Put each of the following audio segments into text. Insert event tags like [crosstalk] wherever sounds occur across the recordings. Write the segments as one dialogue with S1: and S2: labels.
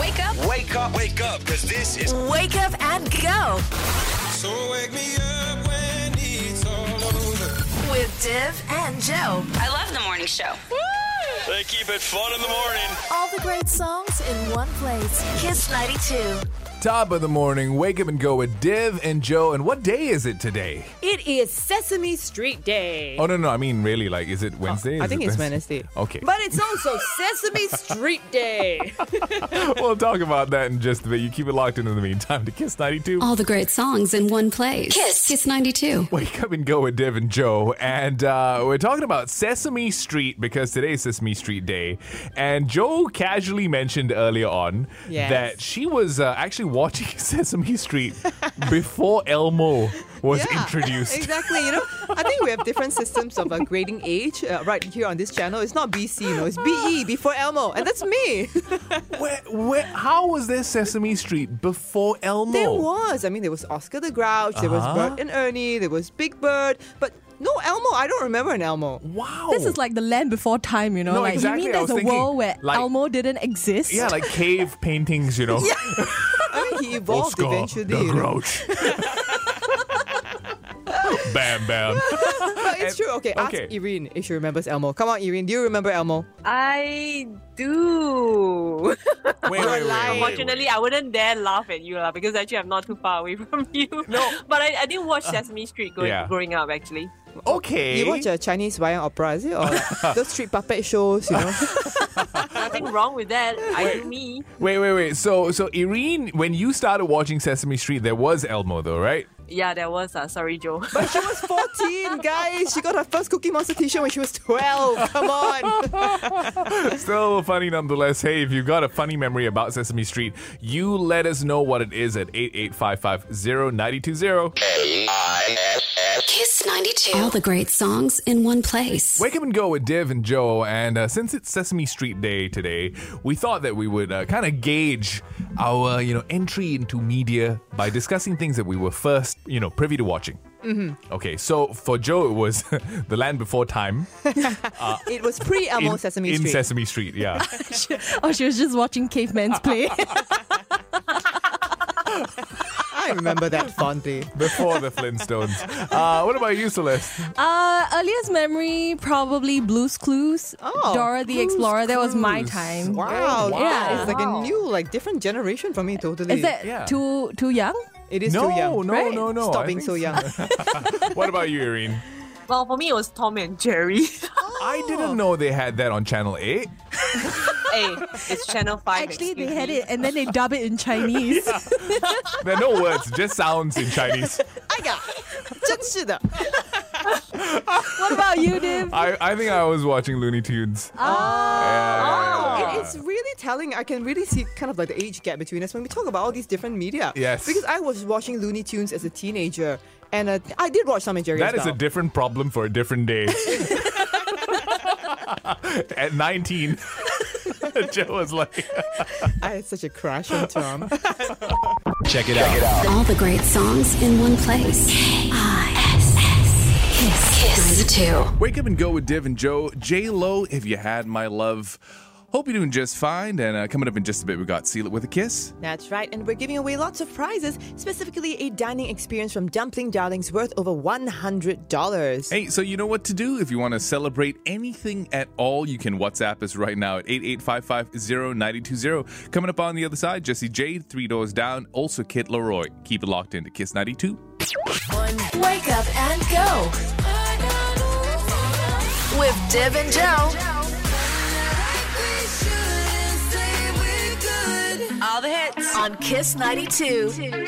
S1: Wake up, wake up, because this is.
S2: Wake up and go
S3: So wake me up when it's all over.
S2: with Div and Joe.
S4: I love the morning show.
S1: They keep it fun in the morning.
S2: All the great songs in one place. Kiss 92.
S5: Top of the morning, wake up and go with Div and Joe. And what day is it today?
S6: It is Sesame Street Day.
S5: Oh no, no, I mean really, like, is it Wednesday?
S6: Oh, I
S5: Is
S6: think
S5: it
S6: it's Wednesday.
S5: Okay,
S6: But it's also Sesame Street Day.
S5: [laughs] we'll talk about that in just a bit. You keep it locked in in the meantime to Kiss ninety two.
S6: Oh.
S7: All the great songs in one place. Kiss. Kiss 92.
S5: Wake up and go with Div and Joe, and uh, we're talking about Sesame Street because today is Sesame Street Day. And Joe casually mentioned earlier on
S6: Yes.
S5: that she was uh, actually watching [laughs] Sesame Street before Elmo was
S6: Yeah,
S5: [laughs] introduced.
S6: Exactly. You know, I think we have different systems of uh, grading age uh, right here on this channel. It's not BC, you know, it's [laughs] BE before Elmo, and that's
S5: [laughs]
S6: me.
S5: Where, where, how was there Sesame Street before Elmo?
S6: There was. I mean, there was Oscar the Grouch, there was
S5: Uh-huh.
S6: Bert and Ernie, there was Big Bird, but no Elmo. I don't remember an Elmo.
S5: Wow.
S8: This is like the land before time, you know.
S5: Oh. No,
S8: like
S5: exactly.
S8: you mean
S5: I
S8: there's
S5: was
S8: a
S5: thinking,
S8: world where
S5: like-
S8: Elmo didn't exist?
S5: Yeah,
S8: [laughs]
S5: like cave paintings, you know.
S6: I mean,
S5: [laughs]
S6: he evolved
S5: Oscar
S6: eventually.
S5: the
S6: you know. [laughs]
S5: Grouch. bam, bam.
S6: But it's true. Okay,
S5: Okay.
S6: ask Irene if she remembers Elmo. Come on, Irene. Do you remember Elmo?
S9: I [laughs] do.
S5: Wait, wait, wait, wait, wait.
S9: Unfortunately, I wouldn't dare laugh at you lah because actually I'm not too far away [laughs] from you. No. But I, I didn't watch Sesame Street going,
S5: Uh, yeah.
S9: growing up actually.
S5: Okay.
S6: You watch a Chinese Wayang opera, is it? Or
S5: [laughs]
S6: like, those street puppet shows, you know?
S9: Nothing wrong with that. I do me.
S5: Wait, wait, wait. So, so Irene, when you started watching Sesame Street, there was Elmo,
S6: [laughs]
S5: though, right?
S9: Yeah, there was. Uh, sorry, Joe.
S6: But she was 14, [laughs] guys. She got her first Cookie Monster t shirt when she was 12. Come on.
S5: [laughs] Still funny nonetheless. Hey, if you've got a funny memory about Sesame Street, you let us know what it is at 88550920.
S7: Kiss 92. All the great songs in one place.
S5: Wake up and go with Div and Joe. And uh, since it's Sesame Street Day today, we thought that we would uh, kind of gauge our, uh, you know, entry into media by discussing things that we were first, you know, privy to watching. Mm-hmm. Okay, so for Joe, it was [laughs] The Land
S6: [laughs]
S5: Before Time.
S6: It was pre Elmo
S5: in,
S6: Sesame
S5: in
S6: Street.
S5: Sesame Street,
S6: [laughs]
S5: yeah.
S8: [laughs] Oh, she was just watching cavemen's [laughs] play.
S6: I remember that
S5: [laughs]
S6: fondly.
S5: Before the Flintstones. Uh, what about you, Celeste?
S8: uh, earliest memory probably Blue's Clues.
S6: Oh,
S8: Dora the Explorer. That was my
S5: Clues.
S8: time.
S6: Wow.
S8: Yeah.
S6: It's like a new, like, different generation for me, totally.
S8: Is that
S5: Yeah.
S8: too too young?
S6: it is
S5: no,
S6: too young.
S5: no,
S8: right?
S5: no, no.
S6: Stop
S5: I
S6: being
S5: think
S6: so
S5: [laughs]
S6: young.
S5: What about
S6: [laughs]
S5: you, Irene?
S9: [laughs] well, for me, it was Tom and
S5: [laughs]
S9: Jerry.
S5: I didn't know they had that on Channel 8.
S9: hey, it's Channel 5.
S8: Actually, they
S9: excuse
S8: had
S9: me.
S8: it and then they dub it in Chinese.
S5: There are no words, just sounds in Chinese.
S6: I got. 真是的.
S8: what about you, Div?
S5: I, I think I was watching Looney Tunes. Yeah.
S6: Oh. It is really telling. I can really see kind of like the age gap between us when we talk about all these different media.
S5: Yes.
S6: Because I was watching Looney Tunes as a teenager, and uh, I did watch Tom and Jerry.
S5: That
S6: as
S5: is a
S6: well.
S5: different problem for a different
S6: [laughs]
S5: day. At 19, [laughs] Joe was like,
S6: I had such a crush on Tom.
S5: check it out.
S7: All the great songs in one place. Kiss. Kiss 92.
S5: Wake up and go with Div and Joe. J Lo, if you had my love. Hope you're doing just fine. And uh, coming up in just a bit, we got Seal It With a Kiss.
S6: That's right, and we're giving away lots of prizes, specifically a dining experience from Dumpling Darlings worth over $100.
S5: Hey, so you know what to do if you want to celebrate anything at all. You can WhatsApp us right now at 88550920. Coming up on the other side, Jesse Jade, Three Doors Down, also Kit Leroy. Keep it locked into Kiss 92.
S2: Wake up and go with Div and Joe.
S4: All the hits.
S2: On Kiss 92.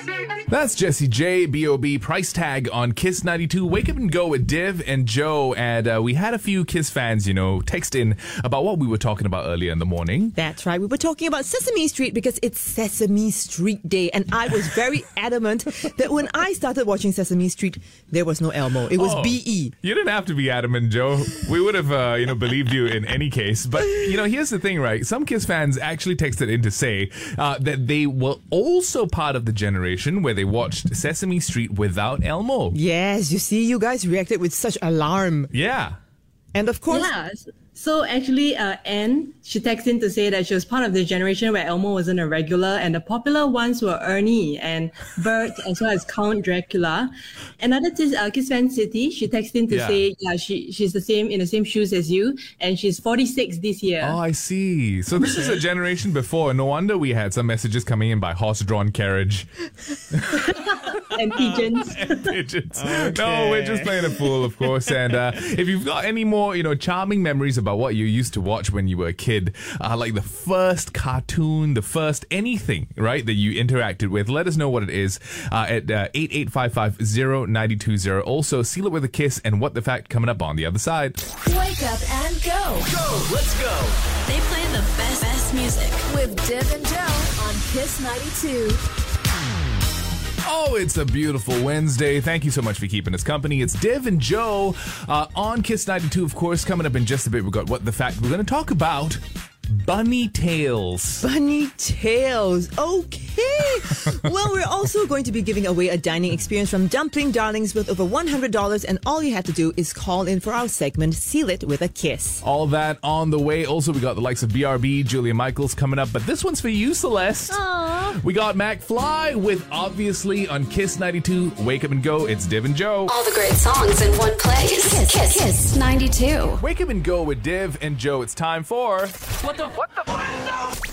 S5: That's Jesse J, B.O.B. Price Tag on Kiss 92. Wake up and go with Div and Joe. And uh, we had a few Kiss fans, you know, text in about what we were talking about earlier in the morning.
S6: That's right. We were talking about Sesame Street because it's Sesame Street Day, and I was
S5: [laughs]
S6: very adamant that when I started watching Sesame Street, there was no Elmo. It was E.
S5: Oh.
S6: BE.
S5: You didn't have to be adamant, Joe. We would have, uh, you know, believed you in any case. But you know, here's the thing, right? Some Kiss fans actually texted in to say uh, that they were also part of the generation where they watched Sesame Street without Elmo.
S6: Yes, you see, you guys reacted with such alarm.
S5: Yeah.
S6: And of course,
S10: Yeah. s- So actually, uh, Anne, she texted in to say that she was part of the generation where Elmo wasn't a regular, and the popular ones were Ernie and
S5: [laughs]
S10: Bert, as well as Count Dracula. Another tis, uh, Kiss Fan City, she texted in to
S5: Yeah.
S10: say, yeah, she she's the same in the same shoes as you, and she's 46 this year.
S5: Oh, I see. So this is a generation before. No wonder we had some messages coming in by horse-drawn carriage Oh.
S10: And pigeons.
S5: [laughs] pigeons. No, we're just playing a fool, of course. And uh, if you've got any more, you know, charming memories about what you used to watch when you were a kid, uh, like the first cartoon, the first anything, right, that you interacted with, let us know what it is uh, at uh, 88550920. Also, seal it with a kiss and what the fact coming up on the other side.
S2: Wake up and go
S1: Go, let's go.
S7: They play the best, best music.
S2: with Div and Joe on Kiss 92.
S5: Oh, it's a beautiful Wednesday. Thank you so much for keeping us company. It's Div and Joe uh, on Kiss 92, of course. Coming up in just a bit, we've got What the Fact. We're going to talk about bunny tails.
S6: bunny tails. Okay. [laughs] well, we're also going to be giving away a dining experience from Dumpling Darlings worth over $100, and all you had to do is call in for our segment, Seal It With a Kiss.
S5: All that on the way. Also, we got the likes of BRB, Julia Michaels coming up, but this one's for you, Celeste. We got Mac Fly with obviously on Kiss 92. Wake up and go. It's Div and Joe.
S7: All the great songs in one place. Kiss, kiss, kiss. 92.
S5: Wake up and go with Div and Joe. It's time for.
S4: What, what the fact?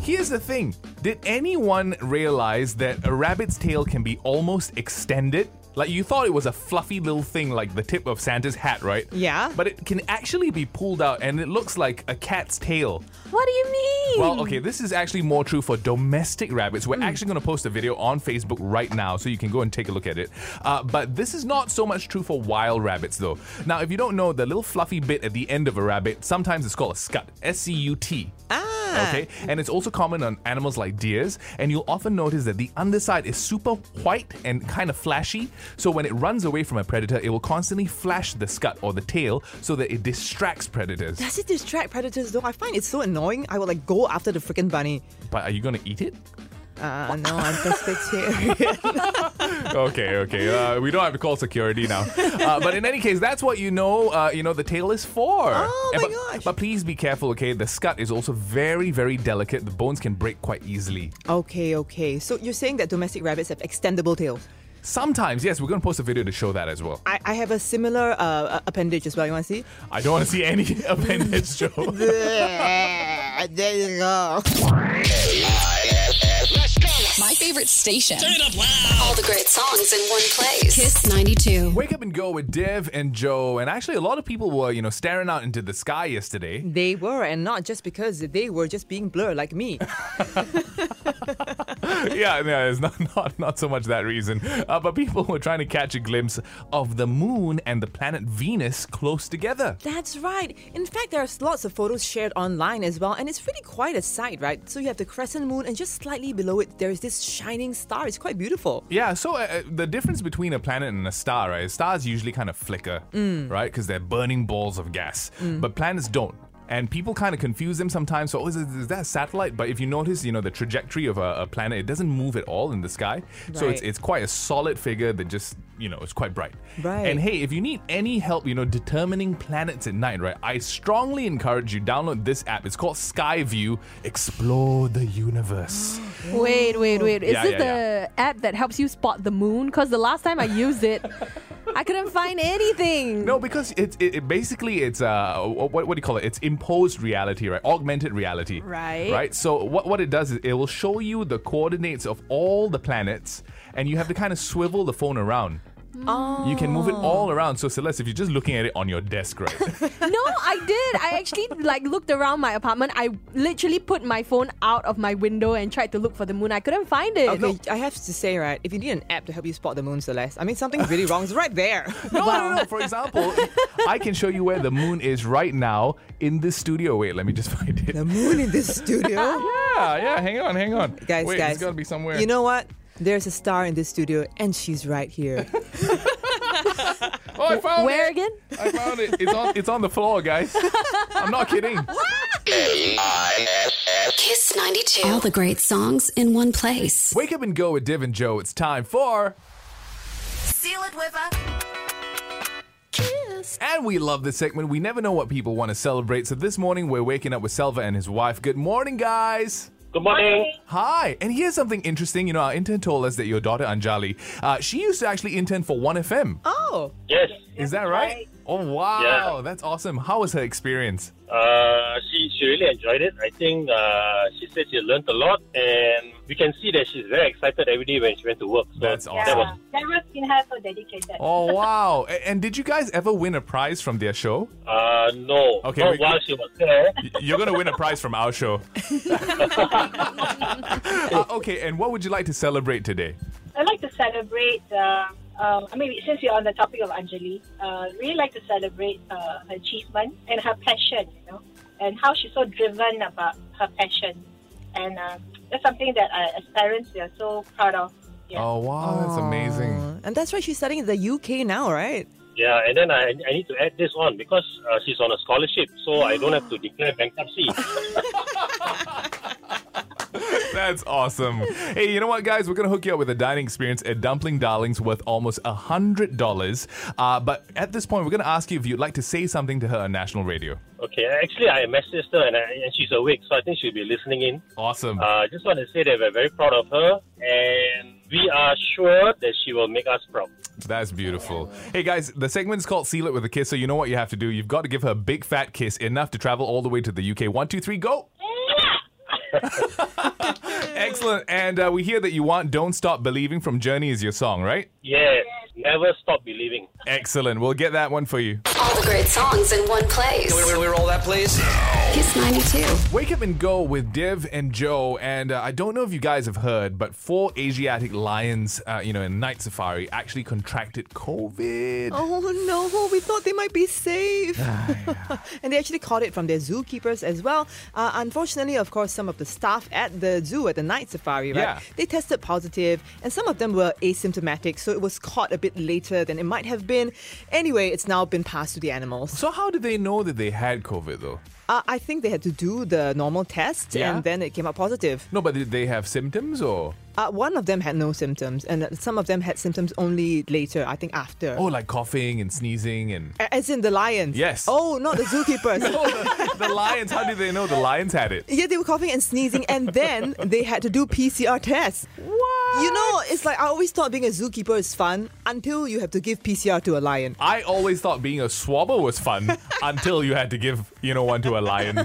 S5: Here's the thing Did anyone realize that a rabbit's tail can be almost extended? Like, you thought it was a fluffy little thing like the tip of Santa's hat, right?
S6: Yeah.
S5: But it can actually be pulled out and it looks like a cat's tail.
S8: What do you mean?
S5: Well, okay, this is actually more true for domestic rabbits. We're actually going to post a video on Facebook right now, so you can go and take a look at it. Uh, but this is not so much true for wild rabbits, though. Now, if you don't know, the little fluffy bit at the end of a rabbit sometimes it's called a scut. S C U T.
S6: Ah.
S5: Okay, and it's also common on animals like deers, and you'll often notice that the underside is super white and kind of flashy. So when it runs away from a predator, it will constantly flash the scut or the tail so that it distracts predators.
S6: Does it distract predators though? I find it so annoying. I will like go after the freaking bunny.
S5: But are you gonna eat it?
S6: Uh, no, I'm pescatarian.
S5: okay, okay. Uh, we don't have to call security now. Uh, but in any case, that's what you know. Uh, you know the tail is for.
S6: Oh,
S5: And
S6: my
S5: but,
S6: gosh.
S5: But please be careful, okay? The scut is also very, very delicate. The bones can break quite easily.
S6: [laughs] okay, okay. So you're saying that domestic rabbits have extendable tails?
S5: Sometimes, yes, we're gonna post a video to show that as well.
S6: I, I have a similar uh, appendage as well. You want to see?
S5: I don't want to see any [laughs] appendage
S6: [laughs]
S5: show.
S6: there you go.
S7: My favorite station. Turn it up loud. All the great songs in one place. Kiss 92.
S5: Wake up and go with Dev and Joe. And actually, a lot of people were, you know, staring out into the sky yesterday.
S6: [laughs] They were, and not just because they were just being blur like me.
S5: yeah, yeah, it's not, not, not so much that reason. Uh, but people were trying to catch a glimpse of the moon and the planet Venus close together.
S6: That's right. In fact, there are lots of photos shared online as well, and it's really quite a sight, right? So you have the crescent moon, and just slightly below it, there is this shining star. It's quite beautiful.
S5: Yeah, so uh, uh, the difference between a planet and a star, right? Stars usually kind of flicker,
S6: Mm.
S5: right? Because they're burning balls of gas. But planets don't. And people kind of confuse them sometimes. So, oh, is, it- is that a satellite? But if you notice, you know, the trajectory of a, a planet, it doesn't move at all in the sky. So it's,
S6: Right.
S5: it's quite a solid figure that just, you know, it's quite bright.
S6: Right.
S5: And hey, if you need any help, you know, determining planets at night, right? I strongly encourage you download this app. It's called Skyview. Explore the universe.
S6: [gasps]
S8: Wait, wait, wait. Is
S5: Yeah,
S8: this
S5: yeah,
S8: the app that helps you spot the moon? Because the last time I used it, I couldn't find anything.
S5: No, because it's it, it basically it's uh what, what do you call it? It's imposed reality, right? Augmented reality,
S8: Right.
S5: Right. So what what it does is it will show you the coordinates of all the planets, and you have to kind of swivel the phone around.
S6: Oh.
S5: You can move it all around. So Celeste, if you're just looking at it on your desk,
S6: [laughs]
S5: right?
S8: No, I did. I actually like looked around my apartment. I literally put my phone out of my window and tried to look for the moon. I couldn't find it.
S6: Okay, I have to say, right, if you need an app to help you spot the moon, Celeste, I mean, something's really wrong. It's right
S5: [laughs]
S6: there. [laughs]
S5: no, no, no. For example, I can show you where the moon is right now in this studio. Wait, let me just find it.
S6: The moon in this
S5: [laughs]
S6: studio?
S5: Yeah, yeah. Hang on, hang on,
S6: guys,
S5: Wait,
S6: guys.
S5: it's gotta be somewhere.
S6: You know what? There's a star in this studio, and she's right
S5: [laughs]
S6: here.
S5: oh, I found
S8: Where
S5: it.
S8: again?
S5: I found it. It's on. It's on the floor, guys. I'm not kidding.
S7: Kiss 92. All the great songs in one place.
S5: Wake up and go with Div and Joe. It's time for
S2: Seal it with a
S4: Yes.
S5: And we love this segment. We never know what people want to celebrate. So this morning, we're waking up with Selva and his wife. Good morning, guys.
S11: Good morning.
S5: Hi. And here's something interesting. You know, our intern told us that your daughter, Anjali, uh, she used to actually intern for 1FM.
S6: Oh.
S11: Yes.
S5: Is that right?
S11: right.
S5: Oh, wow.
S11: Yeah.
S5: That's awesome. How was her experience?
S11: Uh, she, she really enjoyed it. I think uh, she said she learned a lot, and we can see that she's very excited every day when she went to work. So
S5: That's
S11: That
S5: awesome.
S11: was
S12: Never seen her so dedicated. [laughs]
S5: Oh, wow. A- and did you guys ever win a prize from their show?
S11: uh, no,
S5: Okay,
S11: not
S5: we-
S11: while she was there.
S5: Y- You're going to win a prize from our show. Uh, okay, and what would you like to celebrate today?
S12: I'd like to celebrate. Uh, uh, I mean, since you're on the topic of Anjali, uh, really like to celebrate uh, her achievement and her passion, you know, and how she's so driven about her passion, and uh, that's something that uh, as parents we are so proud of. Yeah.
S5: Oh, wow. That's amazing.
S6: And that's why she's studying in the UK now, right?
S11: Yeah, and then I, I need to add this on because uh, she's on a scholarship, so I don't have to declare bankruptcy.
S5: That's awesome. Hey, you know what, guys? We're going to hook you up with a dining experience at Dumpling Darlings worth almost $100. Uh, but at this point, we're going to ask you if you'd like to say something to her on national radio.
S11: Okay, actually, I messaged her and, I, and she's awake, so I think she'll be listening in.
S5: Awesome.
S11: I uh, just want to say that we're very proud of her, and we are sure that she will make us proud.
S5: That's beautiful. Hey guys, the segment's called Seal It With a Kiss, so you know what you have to do. You've got to give her a big fat kiss, enough to travel all the way to the UK. One, two, three, go! Excellent. And uh, we hear that you want Don't Stop Believing from Journey is your song, right?
S11: Yes, never stop believing.
S5: Excellent. We'll get that one for you.
S7: All the great songs in one place.
S5: Can we
S7: roll that, please? Kiss 92.
S5: Wake Up and Go with Dev and Joe. And uh, I don't know if you guys have heard, but four Asiatic lions, uh, you know, in Night Safari actually contracted COVID.
S6: Oh no, we thought they might be safe.
S5: Ah,
S6: [laughs] and they actually caught it from their zookeepers as well. Uh, unfortunately, of course, some of the staff at the zoo at the night safari, right?
S5: Yeah.
S6: They tested positive, and some of them were asymptomatic, so it was caught a bit later than it might have been. Anyway, it's now been passed to the animals.
S5: So, how did they know that they had COVID though?
S6: Uh, I think they had to do the normal test,
S5: Yeah.
S6: and then it came out positive.
S5: No, but did they have symptoms or?
S6: Uh, one of them had no symptoms, and some of them had symptoms only later, I think after.
S5: Oh, like coughing and sneezing and. [laughs]
S6: A- As in the lions.
S5: Yes.
S6: Oh, not the
S5: [laughs]
S6: zookeepers.
S5: The lions, how did they know the lions had it?
S6: Yeah, they were coughing and sneezing, and then they had to do PCR tests. What? You know, it's like I always thought being a zookeeper is fun until you have to give PCR to a lion.
S5: I always thought being a swabber was fun until you had to give, you know, one to a lion.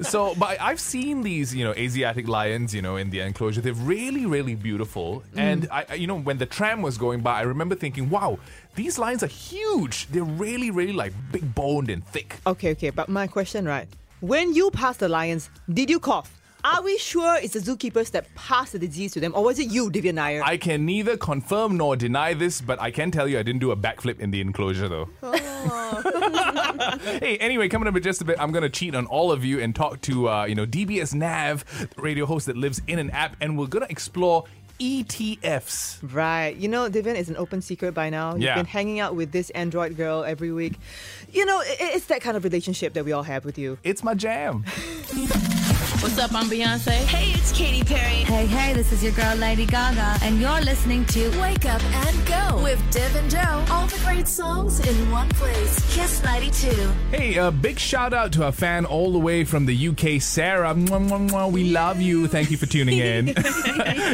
S5: So, but I've seen these, you know, Asiatic lions, you know, in the enclosure. They're really, really beautiful. And I, I- you know, when the tram was going by, I remember thinking, wow, these lions are huge. They're really, really like big boned and thick.
S6: Okay, okay, but my question, right? When you passed the lions, did you cough? Are we sure it's the zookeepers that passed the disease to them, or was it you, Divya Nair?
S5: I can neither confirm nor deny this, but I can tell you I didn't do a backflip in the enclosure though. [laughs] hey, anyway, coming up in just a bit, I'm gonna cheat on all of you and talk to uh, you know DBS Nav, the radio host that lives in an app, and we're gonna explore E ETFs.
S6: Right. You know, Divin is an open secret by now. You've
S5: Yeah.
S6: been hanging out with this Android girl every week. You know, i- i- it's that kind of relationship that we all have with you.
S5: It's my jam.
S13: What's up? I'm Beyonce.
S2: Hey, it's Katy Perry. Hey, hey, this is your girl Lady Gaga, and you're listening to Wake Up and Go with Div and Joe. All the great songs in one place. Kiss 92.
S5: Hey, a big shout out to a fan all the way from the UK, Sarah. Mwah, mwah, mwah. We love you. Thank you for tuning in.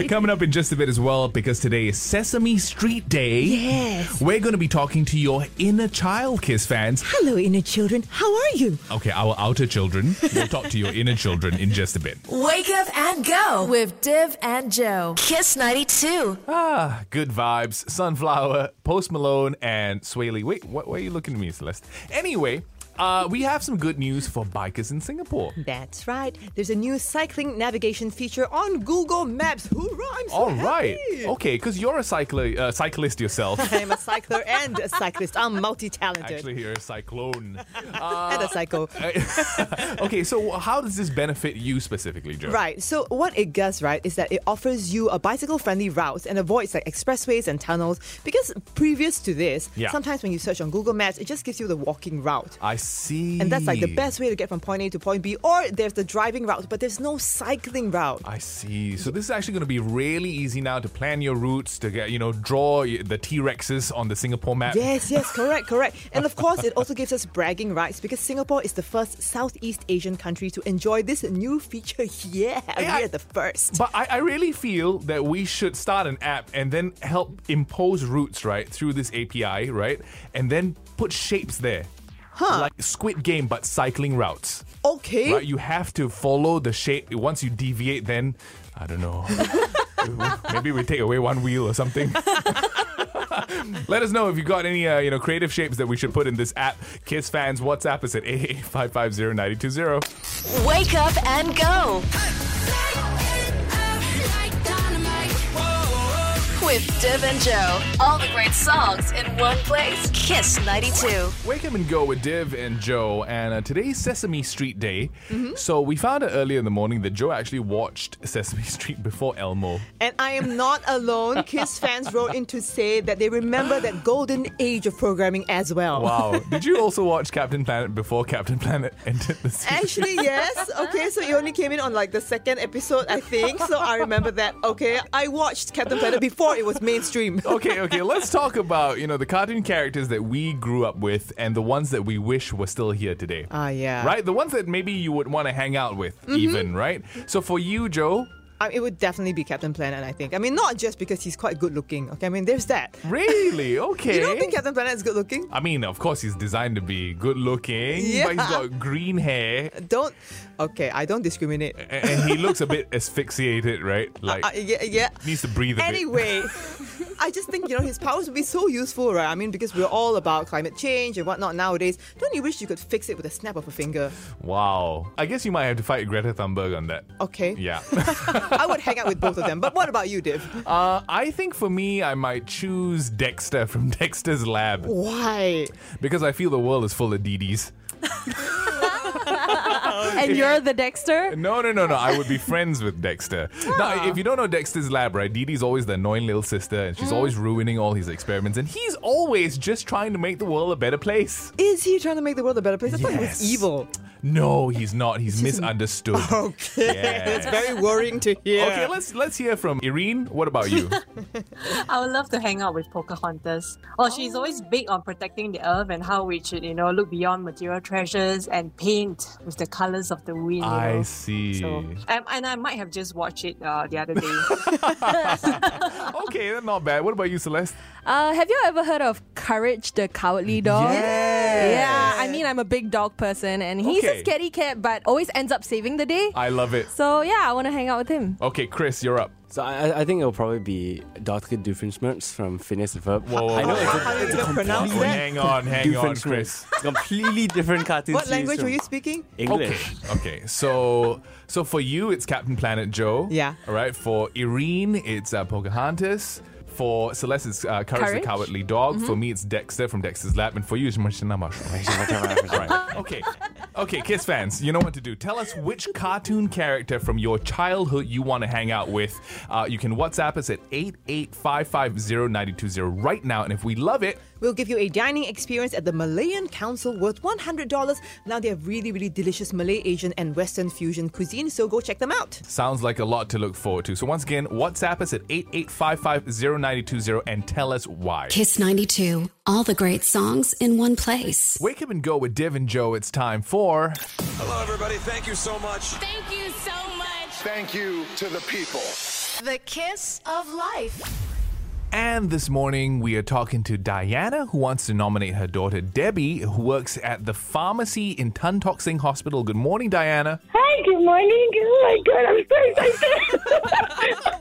S5: Coming up in just a bit as well, because today is Sesame Street Day.
S6: Yes.
S5: We're going to be talking to your inner child Kiss fans.
S6: Hello, inner children. How are you?
S5: Okay, our outer children. We'll talk to your inner children in just a bit.
S2: Wake Up and Go with Div and Joe. Kiss 92.
S5: Ah, good vibes. Sunflower, Post Malone, and Swaley. Wait, what, why are you looking at me, Celeste? Anyway, uh, we have some good news for bikers in Singapore.
S6: That's right. There's a new cycling navigation feature on Google Maps. Hoorah! I'm so
S5: All right.
S6: happy.
S5: Okay, because you're a cycler, uh, cyclist
S6: [laughs]
S5: yourself.
S6: I'm a cycler and a cyclist. I'm multi-talented.
S5: Actually, you're a cyclone. Uh,
S6: and a psycho.
S5: okay, so how does this benefit you specifically, Joe?
S6: Right. So what it does, right, is that it offers you a bicycle-friendly route and avoids like expressways and tunnels because previous to this,
S5: Yeah.
S6: sometimes when you search on Google Maps, it just gives you the walking route.
S5: I see.
S6: And that's like the best way to get from point A to point B. Or there's the driving route, but there's no cycling route.
S5: I see. So this is actually going to be really easy now to plan your routes, to get, you know, draw y- the T Rexes on the Singapore map.
S6: Yes, yes, correct, correct. And of course, it also gives us bragging rights because Singapore is the first Southeast Asian country to enjoy this new feature. [laughs] Yeah, we are the first.
S5: But I, I really feel that we should start an app and then help impose routes, right, through this API, right? And then put shapes there.
S6: Huh.
S5: Like Squid Game, but cycling routes.
S6: Okay.
S5: Right? You have to follow the shape. Once you deviate, then, I don't know. Maybe we take away one wheel or something. [laughs] Let us know if you got any uh, you know creative shapes that we should put in this app. Kiss fans, WhatsApp us at 88550920.
S2: Wake up and go. With Div and Joe, all the great songs in one place. Kiss 92.
S5: Wake up and go with Div and Joe. And uh, today's Sesame Street Day. So we found out earlier in the morning that Joe actually watched Sesame [laughs] Street before Elmo.
S6: And I am not alone. Kiss fans wrote in to say that they remember that golden age of programming as well.
S5: Wow. Did you also watch Captain Planet before Captain Planet entered the series?
S6: Actually, yes. Okay, so you only came in on like the second episode, I think. So I remember that. Okay, I watched Captain Planet before it was mainstream.
S5: okay, okay. Let's talk about you know the cartoon characters that we grew up with and the ones that we wish were still here today.
S6: Ah, yeah.
S5: Right, the ones that maybe you would want to hang out with,
S6: Mhm.
S5: even right. So for you, Joe,
S6: I mean, it would definitely be Captain Planet, I think. I mean, not just because he's quite good looking. Okay, I mean, there's that. [laughs]
S5: Really? Okay. Uh,
S6: you don't think Captain Planet is good looking?
S5: I mean, of course, he's designed to be good looking, but he's
S6: Yeah.
S5: got green hair.
S6: Don't. Okay, I don't discriminate.
S5: A- And he looks a
S6: [laughs]
S5: bit asphyxiated, right? Like,
S6: Uh, yeah, yeah.
S5: needs to breathe a [laughs]
S6: Anyway, I just think you know his powers would be so useful, right? I mean, because we're all about climate change and whatnot nowadays. Don't you wish you could fix it with a snap of a finger?
S5: bit. Wow. I guess you might have to fight Greta Thunberg on that.
S6: Okay.
S5: Yeah. [laughs]
S6: I would hang out with both of them. But what about you, Div?
S5: Uh, I think for me, I might choose Dexter from [laughs] Dexter's Lab.
S6: Why?
S5: Because I feel the world is full of DDs.
S8: And you're the Dexter?
S5: No, no, no, no. I would be friends with Dexter. Now, if you don't know Dexter's lab, right, Dee Dee's always the annoying little sister, and she's always ruining all his experiments, and he's always just trying to make the world a better place.
S6: Is he trying to make the world a better place? I thought he
S5: Yes.
S6: was evil.
S5: No, he's not. He's misunderstood.
S6: Oh,
S5: Okay.
S6: It's very worrying to hear.
S5: Okay, let's let's hear from Irene. What about you?
S9: I would love to hang out with Pocahontas. Oh, she's always big on protecting the earth and how we should, you know, look beyond material treasures and paint with the colors of the wind. you
S5: I
S9: know.
S5: see.
S9: Um, and I might have just watched it uh, the
S14: [laughs]
S9: other day.
S5: okay, that's not bad. What about you, Celeste?
S8: Uh, have you ever heard of Courage the Cowardly Dog?
S2: Oh,
S5: Yes.
S8: Yeah, I mean, I'm a big dog person, and he's
S5: Okay.
S8: a scaredy cat, but always ends up saving the day.
S5: I love it.
S8: So, yeah, I want to hang out with him.
S5: Okay, Chris, you're up.
S15: So I, I- I think it'll probably be Dr. Doofenshmirtz from Phineas and Ferb.
S5: Whoa,
S15: I know
S5: whoa,
S15: it's a,
S5: whoa. How
S15: it's
S5: do you
S15: a completely-
S5: pronounce that? Hang on, hang on,
S15: Doofenshmirtz.
S5: Chris.
S15: It's a completely different cartoon
S6: What
S15: series
S6: language
S15: from-
S6: were you speaking?
S15: English.
S5: Okay. Okay. So so for you it's Captain Planet Joe.
S6: Yeah.
S5: All right. For Irene it's uh, Pocahontas. For Celeste it's uh, Courage,
S15: Courage?
S5: the Cowardly Dog. For
S15: Mhm.
S5: me it's Dexter from Dexter's Lab, and for you it's Machina Right. Okay. Okay, Kiss fans, you know what to do. Tell us which cartoon character from your childhood you want to hang out with. Uh, you can WhatsApp us at 88550920 right now, and if we love it,
S6: We'll give you a dining experience at the Malayan Council worth $100. Now they have really, really delicious Malay, Asian, and Western fusion cuisine, so go check them out.
S5: Sounds like a lot to look forward to. So once again, WhatsApp us at 88550920 and tell us why.
S7: Kiss 92. All the great songs in one place.
S5: Wake up and go with Div and Joe. It's time for
S16: Hello, everybody. Thank you so much.
S2: Thank you so much.
S16: Thank you to the people.
S2: The kiss of life.
S5: and this morning we are talking to Diana who wants to nominate her daughter Debbie who works at the pharmacy in Tan Tock Singh Hospital. Good morning, Diana.
S14: Hi, good morning. Oh my god, I'm so excited.
S5: [laughs]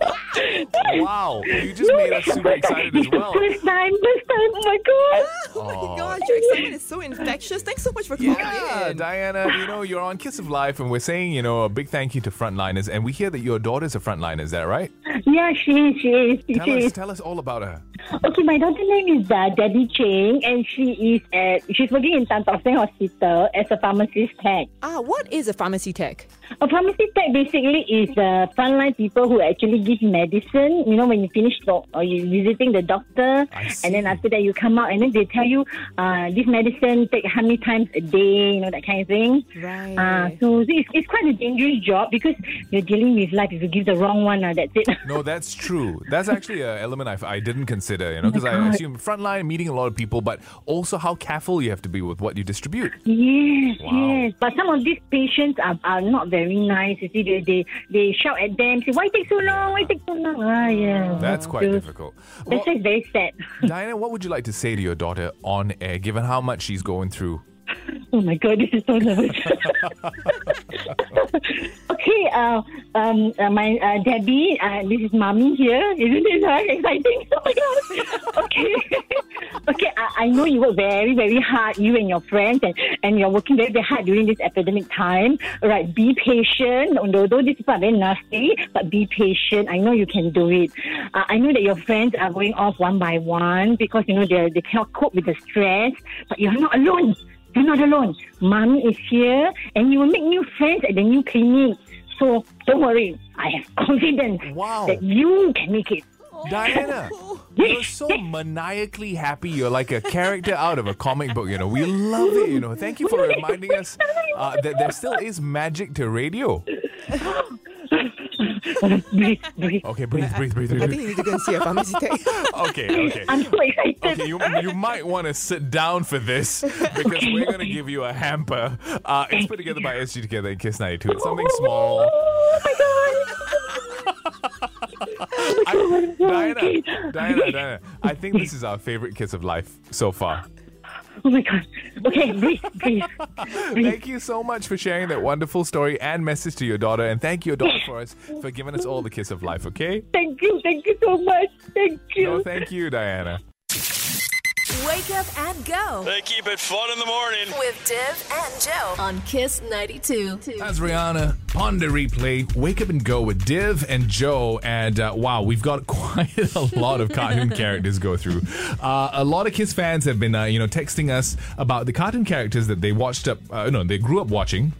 S5: Wow, you just made us super excited as
S14: [laughs]
S5: well.
S14: First time, first time. Oh my
S6: [laughs]
S14: god.
S5: Oh.
S6: Gosh, your excitement is so infectious. Thanks so much for calling
S5: Yeah,
S6: in.
S5: Diana, you know, you're on Kiss of Life, and we're saying, you know, a big thank you to frontliners. And we hear that your daughter's a frontliner, is that right?
S14: Yeah, she is, she is. She
S5: Tell us,
S14: is.
S5: tell us all about her.
S14: Okay, my daughter's name is uh, Debbie Cheng, and she is at she's working in Tan Tock Seng Hospital as a pharmacist tech.
S6: Ah, what is a pharmacy tech?
S14: A pharmacy tech basically is the frontline people who actually give medicine. You know, when you finish doc- or you visiting the doctor, and then after that you come out, and then they tell you uh, this medicine take how many times a day. You know that kind of thing.
S6: Right.
S14: Uh, so it's, it's quite a dangerous job because you're dealing with life. If you give the wrong one, uh, that's it. [laughs]
S5: No, that's true. That's actually an element I, I didn't consider, you know, because I
S14: Oh God.
S5: assume frontline meeting a lot of people, but also how careful you have to be with what you distribute.
S14: Yes,
S5: Wow.
S14: yes. But some of these patients are, are not very nice. You see, they, they they shout at them, say, "Why take so long? Why take so long?" Ah, yeah.
S5: That's quite
S14: So,
S5: difficult.
S14: That's just very sad. [laughs]
S5: Diana, what would you like to say to your daughter on air, given how much she's going through?
S14: Oh my god, this is so nervous. [laughs] okay, uh, um, uh, my uh, Debbie, uh, this is mommy here. Isn't it uh, exciting? Oh my god. Okay, okay. I, I know you work very, very hard, you and your friends, and, and you're working very, very hard during this epidemic time. All right, be patient. Although although these people are very nasty, but be patient. I know you can do it. Uh, I know that your friends are going off one by one because you know they they cannot cope with the stress. But you're not alone. You're not alone. Mommy is here, and you will make new friends at the new clinic. So don't worry. I have confidence that you can make it. [laughs]
S5: Diana,
S6: [laughs]
S5: you're so maniacally happy. You're like a character out of a comic book, you know. We love it, you know. Thank you for
S6: [laughs]
S5: reminding us uh, that there still is magic to radio.
S14: breathe, breathe.
S5: Okay, breathe, breathe, breathe, breathe.
S6: I think you need to go and see a pharmacy tech.
S5: Okay,
S6: [laughs]
S5: okay.
S14: I'm so excited.
S5: Okay, you, you might want to sit down for this because we're going to give you a hamper. Uh, it's put together by SG Together and Kiss 92. It's something small.
S14: Oh Oh I,
S5: Diana, Diana, Diana, I think this is our favorite kiss of life so far.
S14: Oh my god. Okay, breathe, breathe.
S5: [laughs] Thank you so much for sharing that wonderful story and message to your daughter. And thank your daughter for us for giving us all the kiss of life, okay?
S14: Thank you, thank you so much. Thank you.
S5: No, thank you, Diana.
S2: Wake up and go.
S1: They keep it fun in the morning.
S2: With Div and Joe on Kiss 92.
S5: That's Rihanna on the replay. Wake up and go with Div and Joe. And uh, wow, we've got [laughs] quite a lot of
S6: [laughs]
S5: cartoon characters go through. Uh, a lot of Kiss fans have been, uh, you know, texting us about the cartoon characters that they watched up, uh, no, they grew up watching,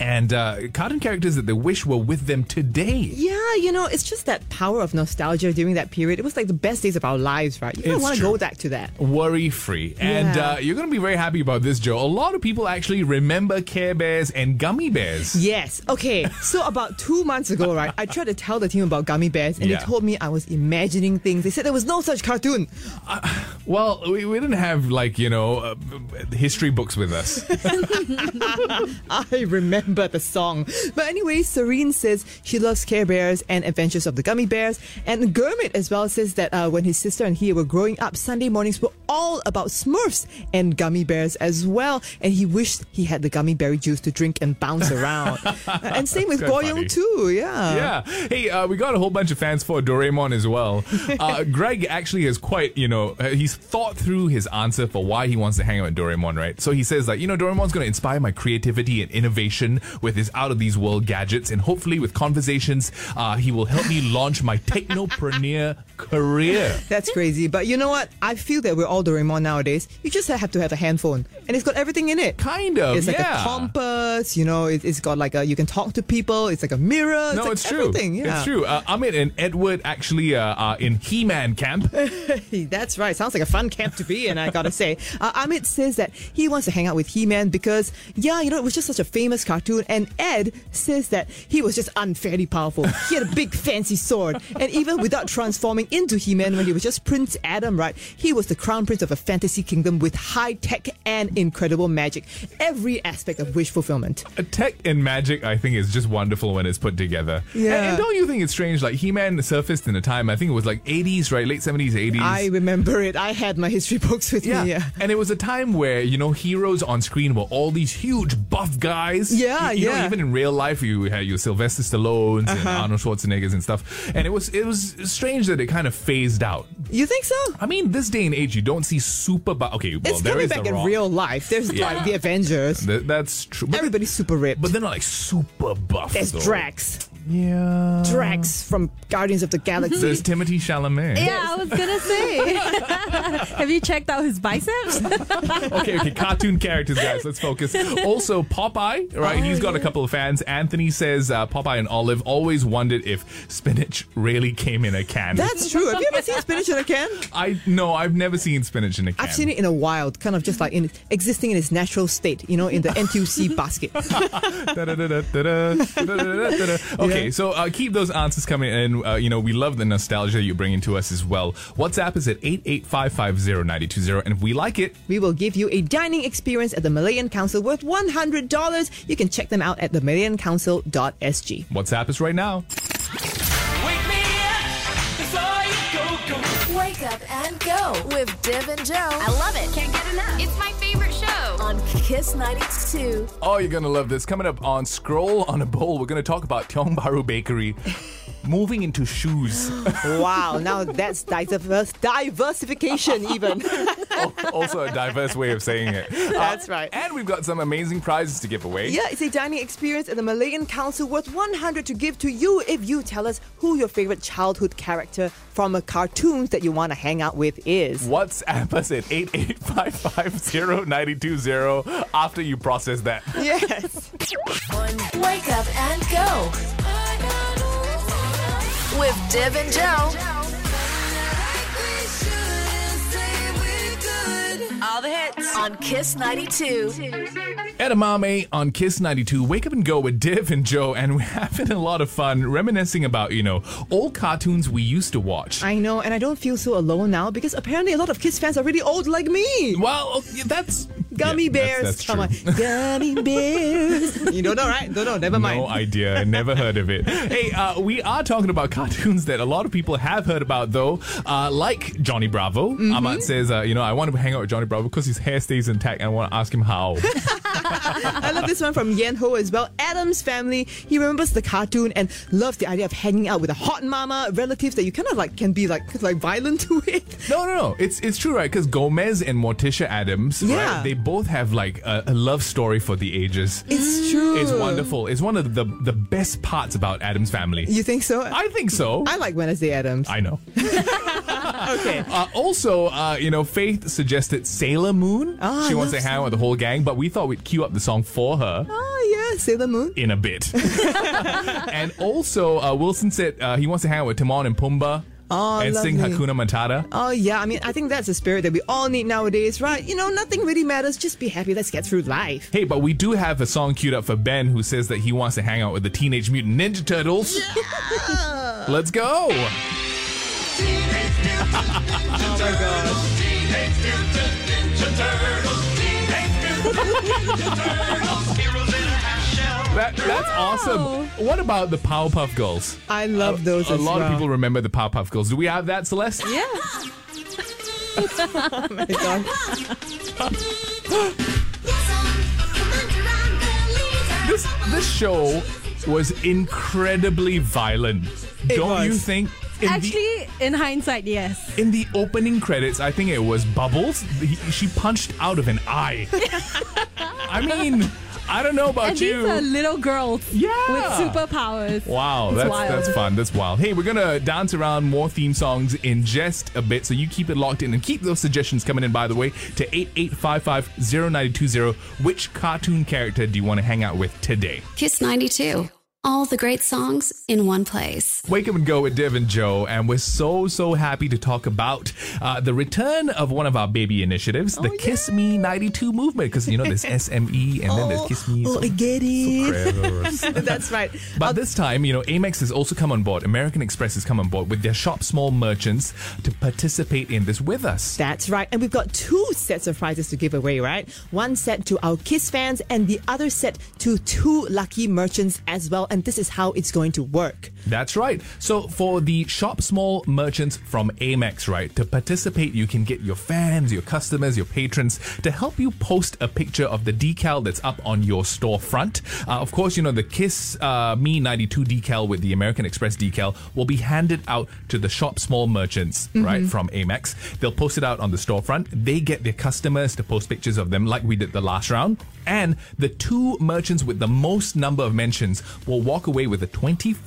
S5: and uh, cartoon characters that they wish were with them today.
S6: Yeah, you know, it's just that power of nostalgia during that period. It was like the best days of our lives, right? You kind
S5: It's
S6: of want to
S5: true.
S6: go back to that.
S5: Worry free. And
S6: Yeah.
S5: uh, you're going to be very happy about this, Joe. A lot of people actually remember Care Bears and Gummy Bears.
S6: Yes. Okay. So about two months ago, right, I tried to tell the team about gummy bears, and
S5: Yeah.
S6: they told me I was imagining things. They said there was no such cartoon.
S5: Well, we, we didn't have, like, you know, uh, history books with us.
S6: I remember the song. But anyway, Serene says she loves Care Bears and Adventures of the Gummy Bears. And Gurmit as well says that uh, when his sister and he were growing up, Sunday mornings were all about Smurfs and Gummy Bears as well. And he wished he had the gummy berry juice to drink and bounce
S5: [laughs]
S6: around. Uh, and same with
S5: That's quite
S6: Goyong
S5: funny.
S6: too, yeah.
S5: Yeah. Hey, uh, we got a whole bunch of fans for Doraemon as well.
S6: [laughs]
S5: Uh, Greg actually has quite, you know, uh, he's thought through his answer for why he wants to hang out with Doraemon, right? So he says, like, you know, Doraemon's going to inspire my creativity and innovation with his out of these world gadgets, and hopefully with conversations, uh, he will
S6: [laughs]
S5: help me launch my technopreneur career.
S6: That's crazy. But you know what? I feel that we're all Doraemon nowadays. You just have to have a handphone. And it's got everything in it.
S5: Kind of,
S6: It's like
S5: Oh, yeah.
S6: a compass, you know, it, it's got like a, you can talk to people, it's like a mirror.
S5: no,
S6: like
S5: it's true.
S6: everything, yeah.
S5: It's true. Uh, Amit and Edward actually uh, are in He-Man camp.
S6: Hey, That's right. Sounds like a fun camp to be in, I gotta say. [laughs] Uh, Amit says that he wants to hang out with He Man because, yeah, you know, it was just such a famous cartoon. And Ed says that he was just unfairly powerful. He had a big [laughs] fancy sword. And even without transforming into He Man when he was just Prince Adam, right? He was the crown prince of a fantasy kingdom with high tech and incredible magic. Every aspect of wish fulfillment.
S5: tech and magic, I think, is just wonderful when it's put together.
S6: Yeah.
S5: And, and don't you think it's strange? Like He Man surfaced in a time, I think it was like 80s, right? Late 70s, 80s.
S6: I remember it. I had my history books with
S5: yeah.
S6: me. Yeah.
S5: and it was a time where you know heroes on screen were all these huge buff guys.
S6: Yeah,
S5: you, you Know,
S6: yeah.
S5: even in real life, you had your Sylvester Stallones and
S6: Uh-huh.
S5: Arnold Schwarzeneggers and stuff. And it was it was strange that it kind of phased out.
S6: You think so?
S5: I mean, this day and age, you don't see super. Bu- okay, well,
S6: it's
S5: there
S6: coming
S5: is
S6: back
S5: the
S6: in
S5: Rock.
S6: real life. There's
S5: Yeah.
S6: like the Avengers.
S5: Th- that's true. But
S6: Everybody's super ripped.
S5: But they're not like super buff.
S6: There's
S5: though.
S6: Drax.
S5: Yeah.
S6: Drax from Guardians of the Galaxy.
S5: Mm. There's Timothy Chalamet.
S8: Yeah, I was gonna say. Have you checked out his biceps?
S5: okay, okay, cartoon characters, guys. Let's focus. Also, Popeye, right? he's got a couple of fans. Anthony says uh, Popeye and Olive always wondered if spinach really came in a can.
S6: That's true. Have you ever seen spinach in a can?
S5: I no, I've never seen spinach in a can.
S6: I've
S5: [laughs]
S6: seen it in a wild, kind of just like in existing in its natural state, you know, in the
S5: [laughs]
S6: NTUC basket.
S5: okay, so uh, keep those answers coming in. Uh, you know, we love the nostalgia you bring into us as well. WhatsApp is at 88550920, and if we like it,
S6: We will give you a dining experience at the Malayan Council worth $100. You can check them out at themalayancouncil.sg.
S5: WhatsApp is right now.
S2: [laughs] Wake up and go with Div and Joe. I love it. Can't get enough. It's my favorite show on Kiss 92.
S5: Oh, you're gonna love this. Coming up on Scroll on a Bowl, we're gonna talk about Tiong
S6: [laughs]
S5: Bahru Bakery moving into shoes. [laughs]
S6: Wow, now that's diverse, diversification, even.
S5: also a diverse way of saying it.
S6: [laughs]
S5: Uh,
S6: That's right.
S5: And we've got some amazing prizes to give away.
S6: Yeah, it's a dining experience at the Malayan Council worth 100 to give to you if you tell us who your favorite childhood character from a cartoon that you want to hang out with is.
S5: WhatsApp us at 88550920 after you process that.
S6: Yes.
S2: Wake up and go with Div and Joe. All the hits on Kiss 92.
S5: Edamame on Kiss 92. Wake up and go with Div and Joe, and we're [laughs] having a lot of fun reminiscing about, you know, old cartoons we used to
S6: [laughs]
S5: watch.
S6: I know, and I don't feel so alone now because apparently a lot of Kiss fans are really old like me.
S5: Well, that's.
S6: Gummy
S5: Yeah,
S6: bears.
S5: that's- that's
S6: Come on.
S5: [laughs]
S6: Gummy bears. You don't know, right? Don't know. Never mind. [laughs]
S5: No idea. Never heard of it. Hey, uh, we are talking about cartoons that a lot of people have heard about, though, uh, like Johnny Bravo.
S6: Mm-hmm.
S17: Mhm.
S5: Ahmad says, uh, you know, I want to hang out with Johnny Bravo because his hair stays intact, and I want to ask
S6: [laughs]
S5: him how.
S6: I love this one from Yen Ho as well. Adam's family. He remembers the cartoon and loves the idea of hanging out with a hot mama, relatives that you kind of like can be like like violent [laughs] to it.
S5: No, no, no. It's it's true, right? Because Gomez and Morticia Adams,
S6: Yeah.
S5: right? They both have like a, a love story for the ages.
S6: It's true.
S5: It's wonderful. It's one of the the best parts about Adam's family.
S6: You think so?
S5: I think so.
S6: I like Wednesday Adams. [laughs]
S5: I know. okay. Uh, also, uh, you know, Faith suggested Sailor Moon.
S6: Ah, I
S5: she wants to
S6: love
S5: hang out with the whole gang, but we thought we'd cue up the song for her
S6: Oh yeah, Sailor Moon.
S5: in
S6: [laughs]
S5: a bit. and also, uh, Wilson said uh, he wants to hang out with Timon and Pumbaa
S6: Oh,
S5: and sing
S6: lovely.
S5: Hakuna Matata.
S6: Oh yeah, I mean I think that's the spirit that we all need nowadays, right? You know, nothing really matters. Just be happy. Let's get through life.
S5: Hey, but we do have a song queued up for Ben who says that he wants to hang out with the Teenage Mutant Ninja Turtles. [laughs] Let's go. That, that's awesome. What about the Powerpuff Girls?
S6: I love those.
S5: A
S6: as
S5: lot
S6: well.
S5: of people remember the Powerpuff Girls. Do we have that, Celeste?
S6: Yeah. oh my
S5: [laughs]
S6: god.
S5: This this show was incredibly violent.
S8: It
S5: Don't
S8: was.
S5: you think? In
S8: Actually, in hindsight, yes.
S5: the, in the opening credits, I think it was Bubbles. He, she punched out of an
S8: [laughs]
S5: eye. I mean, I don't know about
S8: and
S5: you.
S8: these are little girls with superpowers.
S5: Wow,
S8: It's
S5: that's
S8: wild.
S5: that's fun. That's wild. Hey, we're gonna dance around more theme songs in just a bit, so you keep it locked in and keep those suggestions coming in. By the way, to eight eight five five zero ninety two zero. Which cartoon character do you want to hang out with today?
S7: Kiss 92. All the great songs in one place.
S5: Wake up and go with Div and Joe, and we're so so happy to talk about uh, the return of one of our baby initiatives, the Kiss Me ninety two movement. Because you know there's SME and then there's Kiss Me.
S6: Oh,
S5: so-
S6: I get it. [laughs]
S5: so [laughs]
S6: That's right.
S5: But this time, you know, Amex has also come on board. American Express has come on board with their shop small merchants to participate in this with us.
S6: That's right. And we've got two sets of prizes to give away, right? One set to our Kiss fans and the other set to two lucky merchants as well. And this is how it's going to work.
S5: That's right. So for the shop small merchants from Amex, right, to participate, you can get your fans, your customers, your patrons to help you post a picture of the decal that's up on your storefront. Uh, of course, you know the Kiss uh, Me ninety two decal with the American Express decal will be handed out to the shop small merchants, right,
S17: Mhm.
S5: from Amex. They'll post it out on the storefront. They get their customers to post pictures of them, like we did the last round. And the two merchants with the most number of mentions will will walk away with a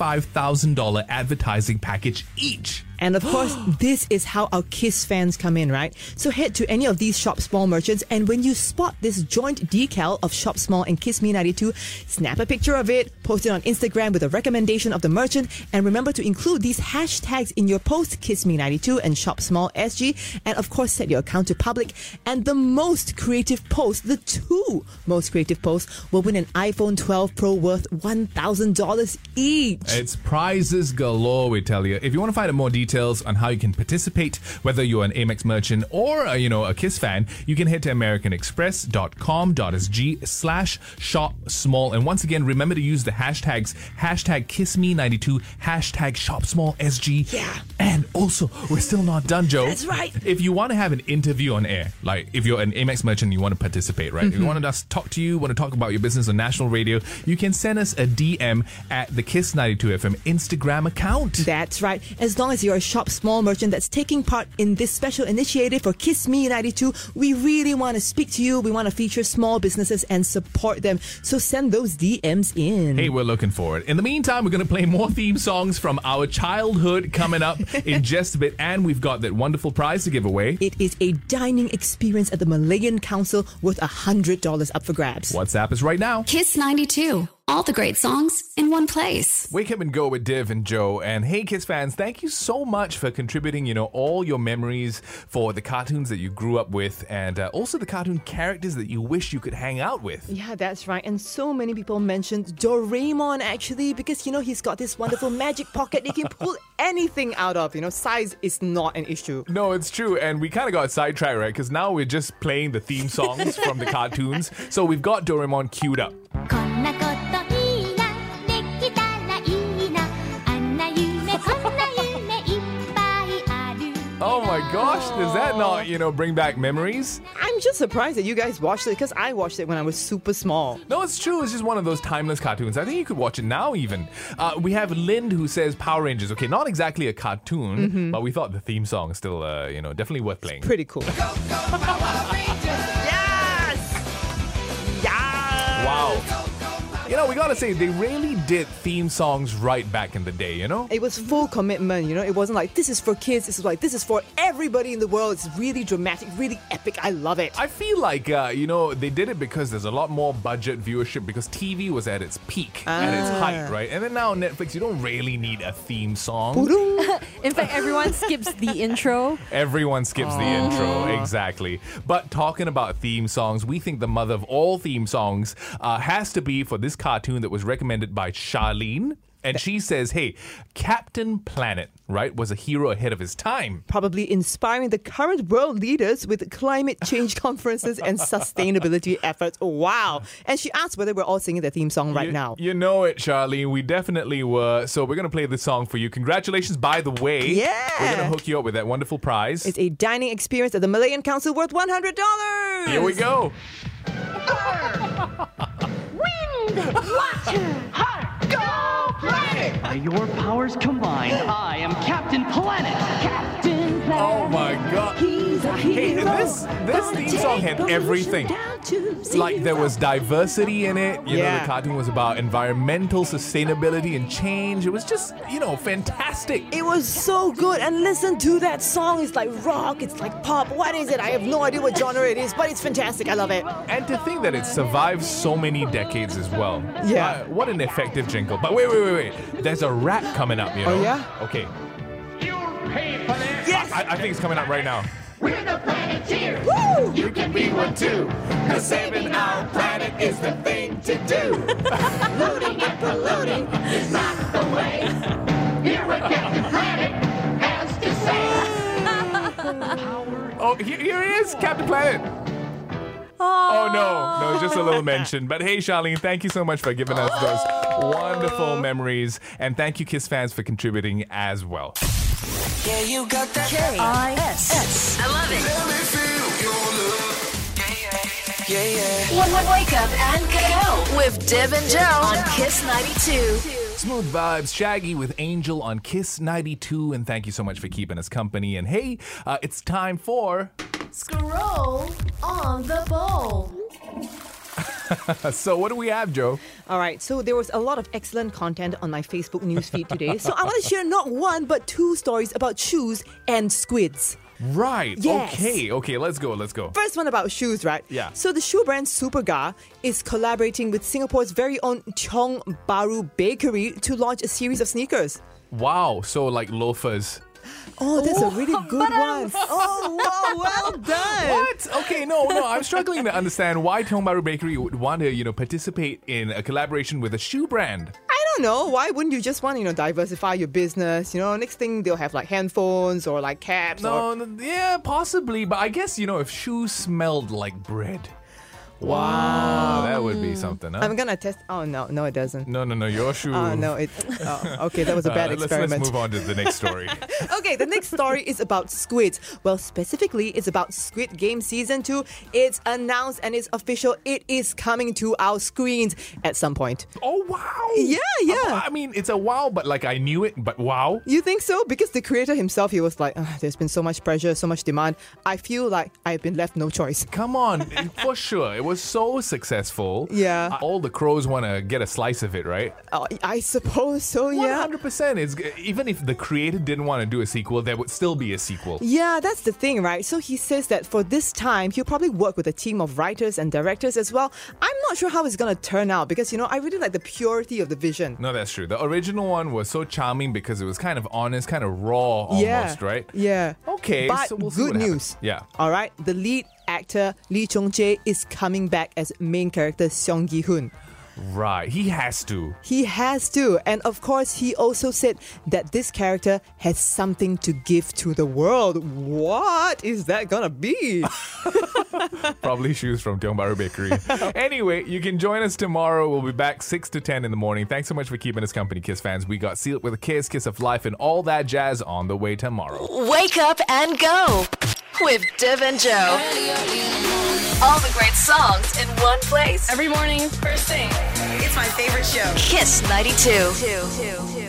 S5: $25,000 advertising package each.
S6: And of course, this is how our KISS fans come in, right? So head to any of these Shop Small merchants, and when you spot this joint decal of Shop Small and Kiss Me 92, snap a picture of it, post it on Instagram with a recommendation of the merchant, and remember to include these hashtags in your post, Kiss Me 92 and Shop Small SG, and of course, set your account to public. And the most creative post, the two most creative posts, will win an iPhone 12 Pro worth $1,000 each.
S5: It's prizes galore, we tell you. If you want to find out more details on how you can participate, whether you're an Amex merchant or a, you know a Kiss fan, you can head to americanexpress.com.sg slash shop small. And once again, remember to use the hashtags hashtag kissme92, hashtag shop small SG. Yeah. And also, we're still not done, Joe.
S6: That's right.
S5: If you want to have an interview on air, like if you're an Amex merchant and you want to participate, right? If you
S6: Mhm.
S5: want us to talk to you, want to talk about your business on national radio, you can send us a DM at the Kiss92FM Instagram account.
S6: That's right. As long as you're a shop small merchant that's taking part in this special initiative for Kiss Me 92, we really want to speak to you. We want to feature small businesses and support them. So send those DMs in.
S5: Hey, we're looking for it. In the meantime, we're going to play more theme songs from our childhood coming up in just a bit. And we've got that wonderful prize to give away.
S6: It is a dining experience at the Malayan Council worth $100 up for grabs.
S5: WhatsApp is right now.
S7: Kiss 92. All the great songs in one place.
S5: Wake up and go with Div and Joe. And hey, Kiss fans, thank you so much for contributing, you know, all your memories for the cartoons that you grew up with and uh, also the cartoon characters that you wish you could hang out with.
S6: Yeah, that's right. And so many people mentioned Doraemon actually because you know he's got this wonderful magic pocket he can pull anything out of. You know, size is not an issue.
S5: No, it's true. And we kind of got sidetracked, right? Because now we're just playing the theme songs from the cartoons. So we've got Doraemon queued up.
S17: こんなこといいなできたらいいなあんな夢こんな夢いっぱいある
S5: Oh my gosh, does that not, you know, bring back memories?
S6: I'm just surprised that you guys watched it because I watched it when I was super small.
S5: No, it's true. It's just one of those timeless cartoons. I think you could watch it now, even. Uh, we have Lind who says Power Rangers. Okay, not exactly a
S6: Mhm.
S5: cartoon, but we thought the theme song is still, uh, you know, definitely worth playing.
S6: Pretty cool.
S5: Wow. You know, we gotta say, they really did theme songs right back in the day, you know?
S6: It was full commitment, you know. It wasn't like this is for kids. This is like this is for everybody in the world. It's really dramatic, really epic. I love it.
S5: I feel like, uh, you know, they did it because there's a lot more budget viewership because TV was at its peak, at its
S6: Ah.
S5: height, right? And then now Netflix, you don't really need a theme song.
S8: In fact, everyone skips the intro.
S5: Everyone skips the
S8: Aw.
S5: intro, exactly. But talking about theme songs, we think the mother of all theme songs uh, has to be for this cartoon that was recommended by Charlene. And she says, hey, Captain Planet, right, was a hero ahead of his time.
S6: [laughs] Probably inspiring the current world leaders with climate [laughs] change conferences and sustainability efforts. Wow. And she asked whether we're all singing the theme song right now.
S5: You know it, Charlene. We definitely were. So we're going to play this song for you. Congratulations, by the way.
S6: Yeah.
S5: We're going to hook you up with that wonderful prize.
S6: It's a dining experience at the Malayan Council worth $100.
S5: Here we go.
S17: Wind, water, heart, go planet!
S18: By your powers combined, I am Captain Planet. Captain
S5: Oh my god.
S18: He's a
S5: Hey,
S18: hero.
S5: this this
S18: Gonna
S5: theme song had
S18: take
S5: everything. Like there was diversity in it. You know,
S6: Yeah.
S5: the cartoon was about environmental sustainability and change. It was just, you know, fantastic.
S6: It was so good. And listen to that song. It's like rock, it's like pop. What is it? I have no idea what genre it is, but it's fantastic. I love it.
S5: And to think that it survived so many decades as well.
S6: Yeah.
S5: Uh, what an effective jingle. But wait, wait, wait, wait. There's a rap coming up, you know.
S6: Oh, yeah?
S5: Okay. Yes. I, I think it's coming up right now.
S17: We're the planeteers!
S6: Woo!
S17: You can be one too! Cause saving our planet is the thing to do! Looting and polluting is not the way! You're what Captain Planet has to say!
S5: Oh, here, here it is, Captain Planet. Oh no, no, just a little mention. But hey, Charlene, thank you so much for giving us those wonderful memories, and thank you, Kiss fans, for contributing as well.
S17: Yeah, you got that K-I-S-S. I love it. Let me feel your love. Yeah, yeah. One more wake up and go with Dev and Joe on Kiss 92.
S5: Smooth vibes, Shaggy with Angel on Kiss 92, and thank you so much for keeping us company. And hey, uh, it's time for.
S4: Scroll on the bowl.
S5: uh, so what do we have, Joe?
S6: All right, so there was a lot of excellent content on my Facebook newsfeed today. so I want to share not one, but two stories about shoes and squids.
S5: Right.
S6: Yes.
S5: Okay. Okay. Let's go. Let's go.
S6: First one about shoes, right?
S5: Yeah.
S6: So the shoe brand Superga is collaborating with Singapore's very own Chong Bahru Bakery to launch a series of sneakers.
S5: Wow. So like loafers.
S6: Oh, that's a really good one. Oh, wow, well done.
S5: What? Okay, no, no. I'm struggling to understand why Tiong Bahru Bakery would want to, you know, participate in a collaboration with a shoe brand.
S6: I don't know. Why wouldn't you just want to, you know, diversify your business? You know, next thing they'll have like handphones or like caps.
S5: No,
S6: or...
S5: no, yeah, possibly, but I guess you know if shoes smelled like bread.
S6: Wow.
S5: that would be something. Huh?
S6: Mm. I'm gonna test. Oh no, no, it doesn't.
S5: No, no, no, your shoe.
S6: Oh no, it. Oh, okay, that was a
S5: Uh,
S6: bad
S5: let's-
S6: experiment.
S5: Let's, move on to the
S6: [laughs]
S5: next story.
S6: okay, the next story is about squids. Well, specifically, it's about Squid Game Season 2. It's announced and it's official. It is coming to our screens at some point.
S5: Oh, wow.
S6: Yeah, yeah.
S5: I mean, it's a wow, but like I knew it, but wow.
S6: You think so? Because the creator himself, he was like, "Ah, there's been so much pressure, so much demand. I feel like I've been left no choice. [laughs]
S5: Come on. For sure, it was so successful.
S6: Yeah.
S5: Uh, all the crows want to get a slice of it, right?
S6: Oh, I suppose so, yeah.
S5: 100%. It's, even if the creator didn't want to do a sequel, there would still be a sequel.
S6: Yeah, that's the thing, right? So he says that for this time, he'll probably work with a team of writers and directors as well. I'm not sure how it's going to turn out because, you know, I really like the purity of the vision.
S5: No, that's true. The original one was so charming because it was kind of honest, kind of raw almost,
S6: Yeah.
S5: right?
S6: Yeah.
S5: Okay,
S6: But
S5: so we'll see
S6: good
S5: what happens.
S6: news.
S5: Yeah.
S6: All right, the lead actor Lee Chung Jae is coming back as main character Seong Gi Hun.
S5: Right. He has to.
S6: He has to, and of course, he also said that this character has something to give to the world. What is that gonna
S5: [laughs]
S6: be?
S5: Probably shoes from Tiong Bahru Bakery. anyway, you can join us tomorrow. We'll be back 6 to 10 in the morning. Thanks so much for keeping us company, KISS fans. We got Sealed with a Kiss, Kiss of Life, and all that jazz on the way tomorrow.
S17: Wake up and go with Dev and Joe. All the great songs in one place. Every morning. First thing. It's my favorite show. Kiss 92.